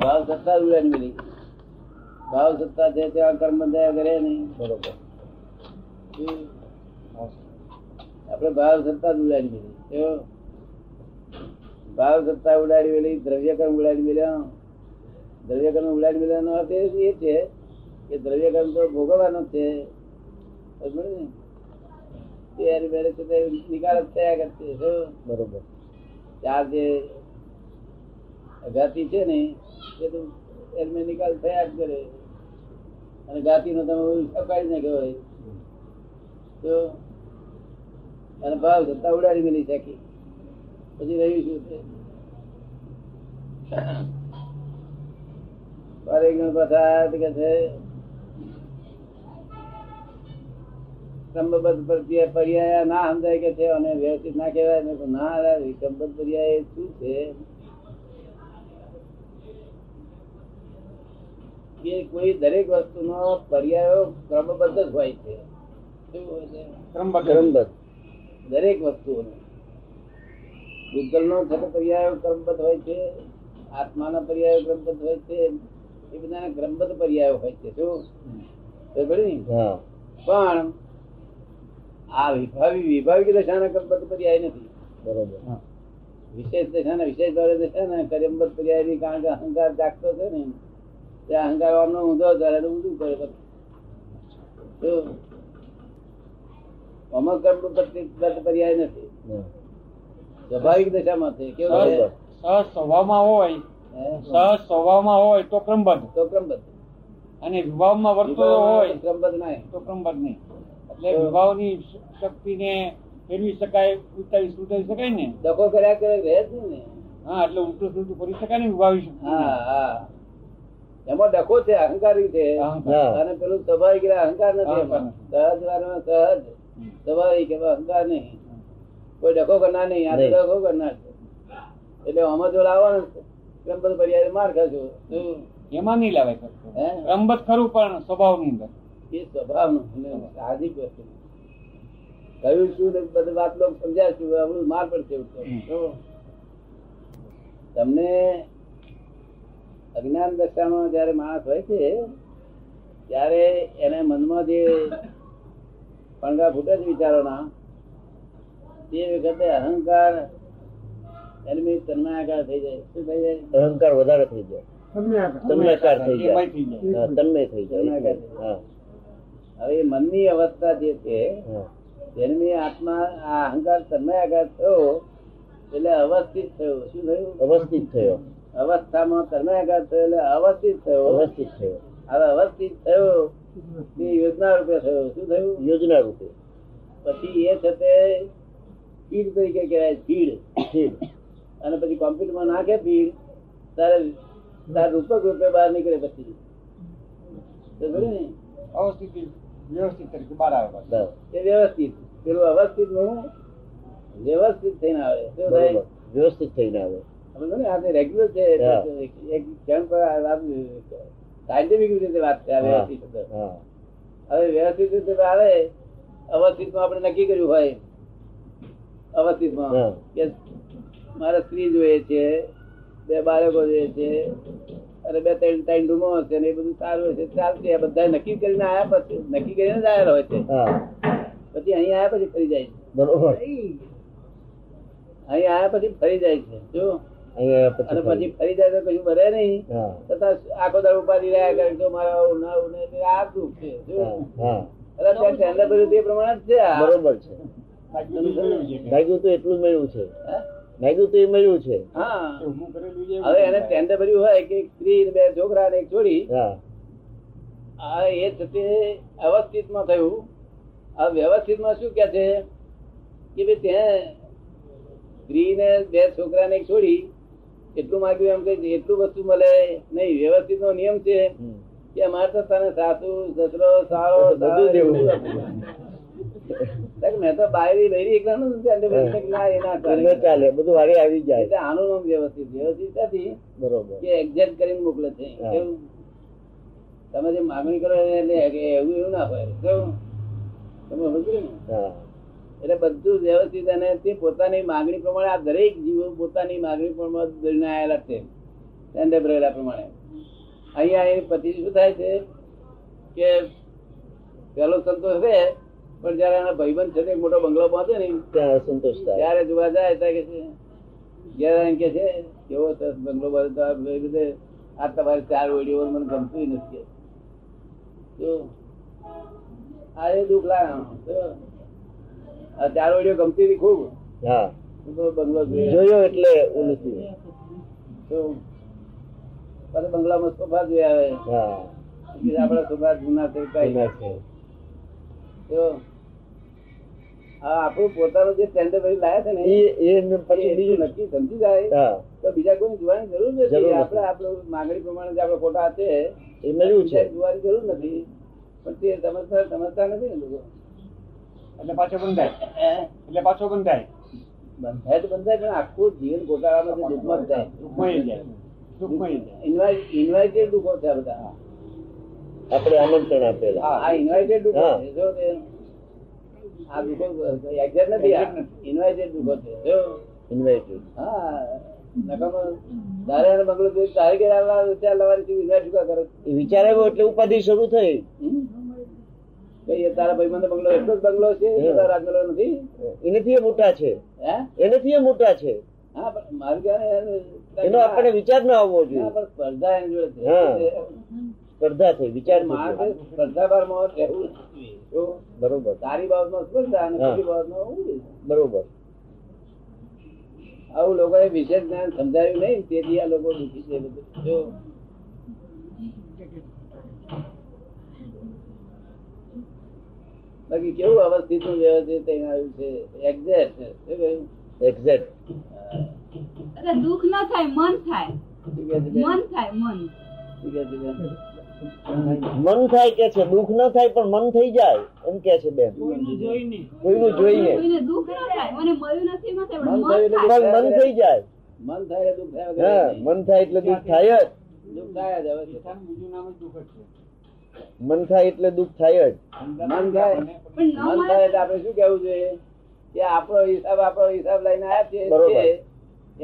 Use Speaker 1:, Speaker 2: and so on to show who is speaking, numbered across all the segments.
Speaker 1: ભાવ સત્તા ઉલન મિલી ભાવ સત્તા છે ત્યાં કર્મ બંધાયા કરે નહીં
Speaker 2: બરોબર
Speaker 1: આપણે ભાવ સત્તા જ ઉડાડી મેલી કેવો? ભાવ સત્તા ઉડાડી મેલી દ્રવ્યકર્મ ઉડાડી મેલ્યા દ્રવ્યકર્મ ઉડાડી મેળવાનો અર્થ એ એ છે કે દ્રવ્યકર્મ તો ભોગવવાનો જ છે સમજ્યો ને? તે હારી બેરે છે તે નિકાલ જ થયા કરશે શું?
Speaker 2: બરોબર
Speaker 1: ચાર જે અઘાતી છે ને એ તો એમને નિકાલ થયા જ કરે અને ગાતીનો તમે ઉલ્ટા કાઢી નાખ્યો હોય તો અને ભાવ સત્તા ઉડાડી મેલી શકી પછી રહ્યું શું છે પારેખ નો પદાર્થ કે છે સંબંધ પર પર્યાય ના સમજાય કે છે અને વ્યવસ્થિત ના કહેવાય મેં કીધું ના યાર, સંબંધ પર્યાય શું છે કે કોઈ દરેક વસ્તુનો પર્યાયો ક્રમબદ્ધ જ હોય છે શું હોય છે
Speaker 2: ક્રમબદ્ધ.
Speaker 1: દરેક વસ્તુઓનો ભૂતગલનો છઠ પર્યાયો ક્રમબદ્ધ હોય છે આત્માના પર્યાયો ક્રમબદ્ધ હોય છે એ બધાના ક્રમબદ્ધ પર્યાયો હોય છે શું ખબર પડી ને?
Speaker 2: હા
Speaker 1: પણ આ વિભાવી વિભાવી દશાના ક્રમબદ્ધ પર્યાય નથી
Speaker 2: બરોબર
Speaker 1: વિશેષ દશાના વિશેષ ભાવે દશાના ક્રમબદ્ધ પર્યાય નહીં કારણ કે અહંકાર જાગતો છે ને તે અહંકાર આમનો ઊંધો કરે તો ઊંધું કરે બધું. જો આમાં ક્રમબદ્ધ પર્યાય નથી
Speaker 2: હા.
Speaker 1: સ્વાભાવિક દશામાં છે કેવું છે?
Speaker 2: બરોબર.
Speaker 3: સહજ સ્વભાવમાં હોય
Speaker 1: હે?
Speaker 3: સહજ સ્વભાવમાં હોય તો ક્રમબદ્ધ
Speaker 1: તો ક્રમબદ્ધ
Speaker 3: અને વિભાવમાં વર્તો હોય
Speaker 1: વિભાવમાં ક્રમબદ્ધ ના
Speaker 3: તો ક્રમબદ્ધ નહીં એટલે વિભાવની શક્તિને ફેરવી શકાય ઉલટાવી સુલટાવી શકાય ને
Speaker 1: ડખો કર્યા કરે રહે જ નહીં ને
Speaker 3: હા એટલે ઉલટું સુલટું કરી શકાય ને વિભાવી
Speaker 1: હા
Speaker 3: શક્તિ
Speaker 1: હા એમાં ડખો છે અહંકારી છે
Speaker 2: હા.
Speaker 1: અને પેલું સ્વાભાવિક એટલે અહંકાર નથી
Speaker 3: અહંકાર
Speaker 1: એમાં. સહજ વારમાં સહજ સ્વાભાવિક એમાં અહંકાર નહીં કોઈ ડખો કરનાર નહીં આ તો
Speaker 2: નહીં.
Speaker 1: ડખો કરનાર છે એટલે આમાં જો લાવવાનો છે, ક્રમબદ્ધ પર્યાય માર ખાશો શું?
Speaker 3: એમાં નહીં લાવે
Speaker 1: હે?
Speaker 3: ક્રમબદ્ધ ખરું પણ સ્વભાવની અંદર
Speaker 1: એ સ્વભાવનું અને સાહજિક વસ્તુ કહ્યું શું ને બધી વાત લોકો સમજ્યા શું આપણું માર પડશે એવું તો.
Speaker 3: હમ.
Speaker 1: જો. તમને અજ્ઞાન દશામાં જ્યારે માણસ હોય છે ત્યારે એને મનમાં જે પણગા ફૂટે છે વિચારોના તે વખતે અહંકાર એની તન્માયાકાર થઈ જાય શું થઈ જાય
Speaker 2: અહંકાર વધારે થઈ જાય તન્મયકાર થઈ જાય.
Speaker 3: એમાંય થઈ જાય
Speaker 2: હા, તન્મય થઈ જાય
Speaker 1: તન્મયકાર.
Speaker 2: હા
Speaker 1: હવે મનની અવસ્થા જે છે
Speaker 2: હા
Speaker 1: જન્મી આત્મા આ અહંકાર તન્મયાઘાત થયો એટલે અવસ્થિત થયો શું થયું
Speaker 2: અવસ્થિત થયો
Speaker 1: અવસ્થામાં તન્મયાઘાત થયો એટલે અવસ્થિત થયો
Speaker 2: અવસ્થિત થયો
Speaker 1: હવે અવસ્થિત થયો તે યોજના રૂપે થયો શું થયું
Speaker 2: યોજના રૂપે
Speaker 1: પછી એ છે તે ભીડ તરીકે કહેવાય ભીડ
Speaker 2: ઠીક.
Speaker 1: અને પછી કોમ્પ્યુટરમાં નાખે ભીડ તારે તાર રૂપક રૂપે બહાર નીકળે પછી તો ખરું ને?
Speaker 3: અવસ્થિત વ્યવસ્થિત તરીકે બહાર આવે પાછું.
Speaker 2: બસ.
Speaker 1: એ વ્યવસ્થિત પેલું અવસ્થિત નું વ્યવસ્થિત થઈને આવે શું થાય
Speaker 2: બરોબર. વ્યવસ્થિત થઈને આવે
Speaker 1: રેગ્યુલર છે
Speaker 2: હા.
Speaker 1: એક ક્ષણ પર આ વાત scientific રીતે વાત છે આ
Speaker 2: હા.
Speaker 1: વ્યવસ્થિત શબ્દ.
Speaker 2: હા
Speaker 1: હવે વ્યવસ્થિત રીતે આવે અવસ્થિતમાં આપણે નક્કી કર્યું હોય અવસ્થિતમાં
Speaker 2: હા.
Speaker 1: કે મારે સ્ત્રી જોઈએ છે બે બાળકો જોઈએ છે અને બે ત્રણ ત્રણ રૂમો હશે ને એ બધું સારું હશે ચાલશે આ બધા નક્કી કરીને આયા પછી નક્કી કરીને જ આયેલા હોય છે
Speaker 2: હા
Speaker 1: પછી અહીં આયા પછી ફરી જાય છે
Speaker 2: બરોબર
Speaker 1: અહીં આયા પછી ફરી જાય છે જો
Speaker 2: અહીંયા
Speaker 1: અને પછી
Speaker 2: પછી
Speaker 1: ફરી જાય તો કશું ભરે નહીં
Speaker 2: હા
Speaker 1: તથા આખો દાડો ઉપાડી રહ્યા કરે તો મારા આવું ના આવું ને એટલે આ દુઃખ છે જો.
Speaker 2: હા હા
Speaker 1: એટલે ત્યાં tender ભર્યું તે પ્રમાણે જ છે આ.
Speaker 2: બરોબર છે
Speaker 3: બાકી બધું જોયું છે
Speaker 2: માગ્યું
Speaker 3: કે
Speaker 2: તો એટલું જ મળ્યું છે
Speaker 1: હે?
Speaker 2: માગ્યું તો એ મળ્યું છે
Speaker 1: હા
Speaker 3: ઊભું કરેલું છે,
Speaker 1: હવે એને tender ભર્યું હોય કે એક સ્ત્રી ને બે છોકરા ને એક છોડી
Speaker 2: હા
Speaker 1: આ એ થતે અવસ્થિતમાં થયું આ વ્યવસ્થિતમાં શું કે છે કે ભાઈ ત્યાં સ્ત્રી ને બે છોકરા ને એક છોડી એટલું માગ્યું એમ કઈ એટલું વસ્તુ મળે નહીં વ્યવસ્થિત નો નિયમ છે
Speaker 2: હમ.
Speaker 1: કે અમારે તો તને સાસુ સસરો સારો સારો
Speaker 2: બધું દેવું.
Speaker 1: બધું આપવું. એટલે કે મેં તો બાયરી બૈરી એકલા નું નથી અને બધું કે ના એ ના ચાલે.
Speaker 2: બંને ચાલે બધું વારે આવી જાય
Speaker 1: એટલે આનું નામ વ્યવસ્થિત વ્યવસ્થિત નથી
Speaker 2: બરોબર
Speaker 1: કે exact કરીને મોકલે છે
Speaker 2: હા.
Speaker 1: કેવું? તમે જે માગણી કરો એને એટલે એવું એવું ના હોય કેવું? તમે સમજો ને?
Speaker 2: હા
Speaker 1: એટલે બધું વ્યવસ્થિત અને તે પોતાની માગણી પ્રમાણે આ દરેક જીવો પોતાની માગણી પ્રમાણે દોડીને આયેલા છે એને ભરેલા પ્રમાણે અહીંયા એ પછી શું થાય છે કે પેલો સંતોષ રહે પણ જયારે એના ભાઈબંધ છે તે એક મોટો બંગલો બાંધે ને
Speaker 2: ત્યાં સંતોષ થાય
Speaker 1: ત્યારે જોવા જાય ત્યારે કે છે ઘેર એમ કે છે કેવો સરસ બંગલો બાંધે તો આ ભાઈ બધે આ તમારી ચાર ઓડીઓ મને ગમતું નથી જો આ એ દુઃખ લાગે આ ચાર ઓડીઓ ગમતી હતી ખૂબ
Speaker 2: હા
Speaker 1: હું તો બંગલો જોયો
Speaker 2: જોયો એટલે ઊંડું થયું.
Speaker 1: તો પાછો બંગલામાં સોફા જોઈ આવે
Speaker 2: હા
Speaker 1: બીજા આપડા સોફા જૂના છે કઈ
Speaker 2: એના છે.
Speaker 1: જો આ આપણું પોતાનું જે સ્ટેન્ડર્ડ ભરી લાયા છે ને એ
Speaker 2: એ- એ એમને પછી
Speaker 1: એટલું
Speaker 2: બીજું
Speaker 1: નક્કી સમજી જાય
Speaker 2: હા
Speaker 1: તો બીજા કોઈ જોવાની જરૂર નથી
Speaker 2: જરૂર નથી.
Speaker 1: આપણે આપણું માંગણી પ્રમાણે જે આપણે ખોટા છે
Speaker 2: એ મળ્યું છે
Speaker 1: બીજાને જોવાની જરૂર નથી પણ તે સમજતા સમજતા નથી ને લોકો
Speaker 3: એટલે પાછો બંધાય
Speaker 1: હે?
Speaker 3: એટલે પાછો બંધાય
Speaker 1: બંધાય તો બંધાય પણ આખું જીવન ગોટાળામાં દુઃખમાં જ જાય
Speaker 3: દુઃખમય જાય દુઃખમય જાય
Speaker 1: Invite- invited દુઃખો છે આ બધા
Speaker 2: આપણે આમંત્રણ આપેલા
Speaker 1: આ invited દુઃખો
Speaker 2: હા.
Speaker 1: છે. જો તે- આ દુઃખો exact નથી આ.
Speaker 3: Exact નથી.
Speaker 1: Invited દુઃખો છે. જો.
Speaker 2: ઇન્વાઇટેડ
Speaker 1: હા. નકામો તારે એને બંગલો જોઈ તારે ઘેર આવવા વિચાર લાવવાની છે, invite શું કામ કરો છો?
Speaker 2: વિચાર આવ્યો એટલે ઉપાધિ શરૂ થઈ
Speaker 1: હમ? કઈ એ તારા ભાઈબંધનો બંગલો એટલો જ બંગલો છે
Speaker 2: હમ.
Speaker 1: એટલો તારો રાજમહેલનો નથી
Speaker 2: એનાથી એ મોટા છે
Speaker 1: હે
Speaker 2: એનાથી એ મોટા છે
Speaker 1: હા પણ મારું કહેવાનું એનું-
Speaker 2: એનો આપણને વિચાર ના આવવો
Speaker 1: હા,
Speaker 2: જોઈએ
Speaker 1: પણ સ્પર્ધા એની જોડે છે.
Speaker 2: હા. સ્પર્ધા થઈ વિચાર થઈ
Speaker 1: માણસે
Speaker 2: ગયો.
Speaker 1: સ્પર્ધાભારમાં રહેવું જ જોઈએ. જો
Speaker 2: બરોબર
Speaker 1: સારી બાબતમાં સ્પર્ધા અને
Speaker 2: હા.
Speaker 1: ખોટી બાબતમાં ઊંઘ.
Speaker 2: બરોબર
Speaker 1: આવું લોકોએ વિશેષ જ્ઞાન સમજાયું નહીં તેથી આ લોકો દુઃખી છે બધું. જો બાકી કેવું અવસ્થિત વ્યવસ્થિત થઈને આવ્યું છે એક્ઝેક્ટ છે શું કહ્યું?
Speaker 2: એક્ઝેક્ટ
Speaker 1: હા.
Speaker 4: એટલે દુઃખ ન થાય મન થાય
Speaker 1: શું કહે છે બેન?
Speaker 4: મન થાય મન
Speaker 1: શું કહે છે બેન?
Speaker 2: મન થાય કે છે દુઃખ ન થાય પણ મન થઈ જાય એમ કે છે બેન કોઈનું જોઈને
Speaker 4: કોઈને દુઃખ ન થાય મને મળ્યું નથી એમાં થાય,
Speaker 1: મન થયું
Speaker 4: પણ
Speaker 1: એટલે
Speaker 4: મન
Speaker 2: પણ
Speaker 4: થાય
Speaker 2: મન થઈ જાય
Speaker 1: મન થાય એટલે દુઃખ થાય વગર નહીં.
Speaker 2: હા મન થાય એટલે દુઃખ થાય જ
Speaker 1: દુઃખ થાય જ અવશ્ય થાય.
Speaker 3: ઈચ્છાનું બીજું નામ જ દુઃખ જ છે
Speaker 2: મન થાય એટલે દુઃખ થાય જ
Speaker 1: મન થાય.
Speaker 4: પણ ન
Speaker 1: મન થાય
Speaker 4: મળે
Speaker 1: એટલે આપણે શું કહેવું જોઈએ કે આપણો હિસાબ આપણો હિસાબ લઈને આયા છીએ
Speaker 2: બરોબર.
Speaker 1: છે.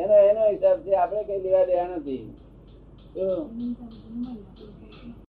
Speaker 1: એનો એનો હિસાબ છે આપણે કઈ લેવા દેવા નથી જો,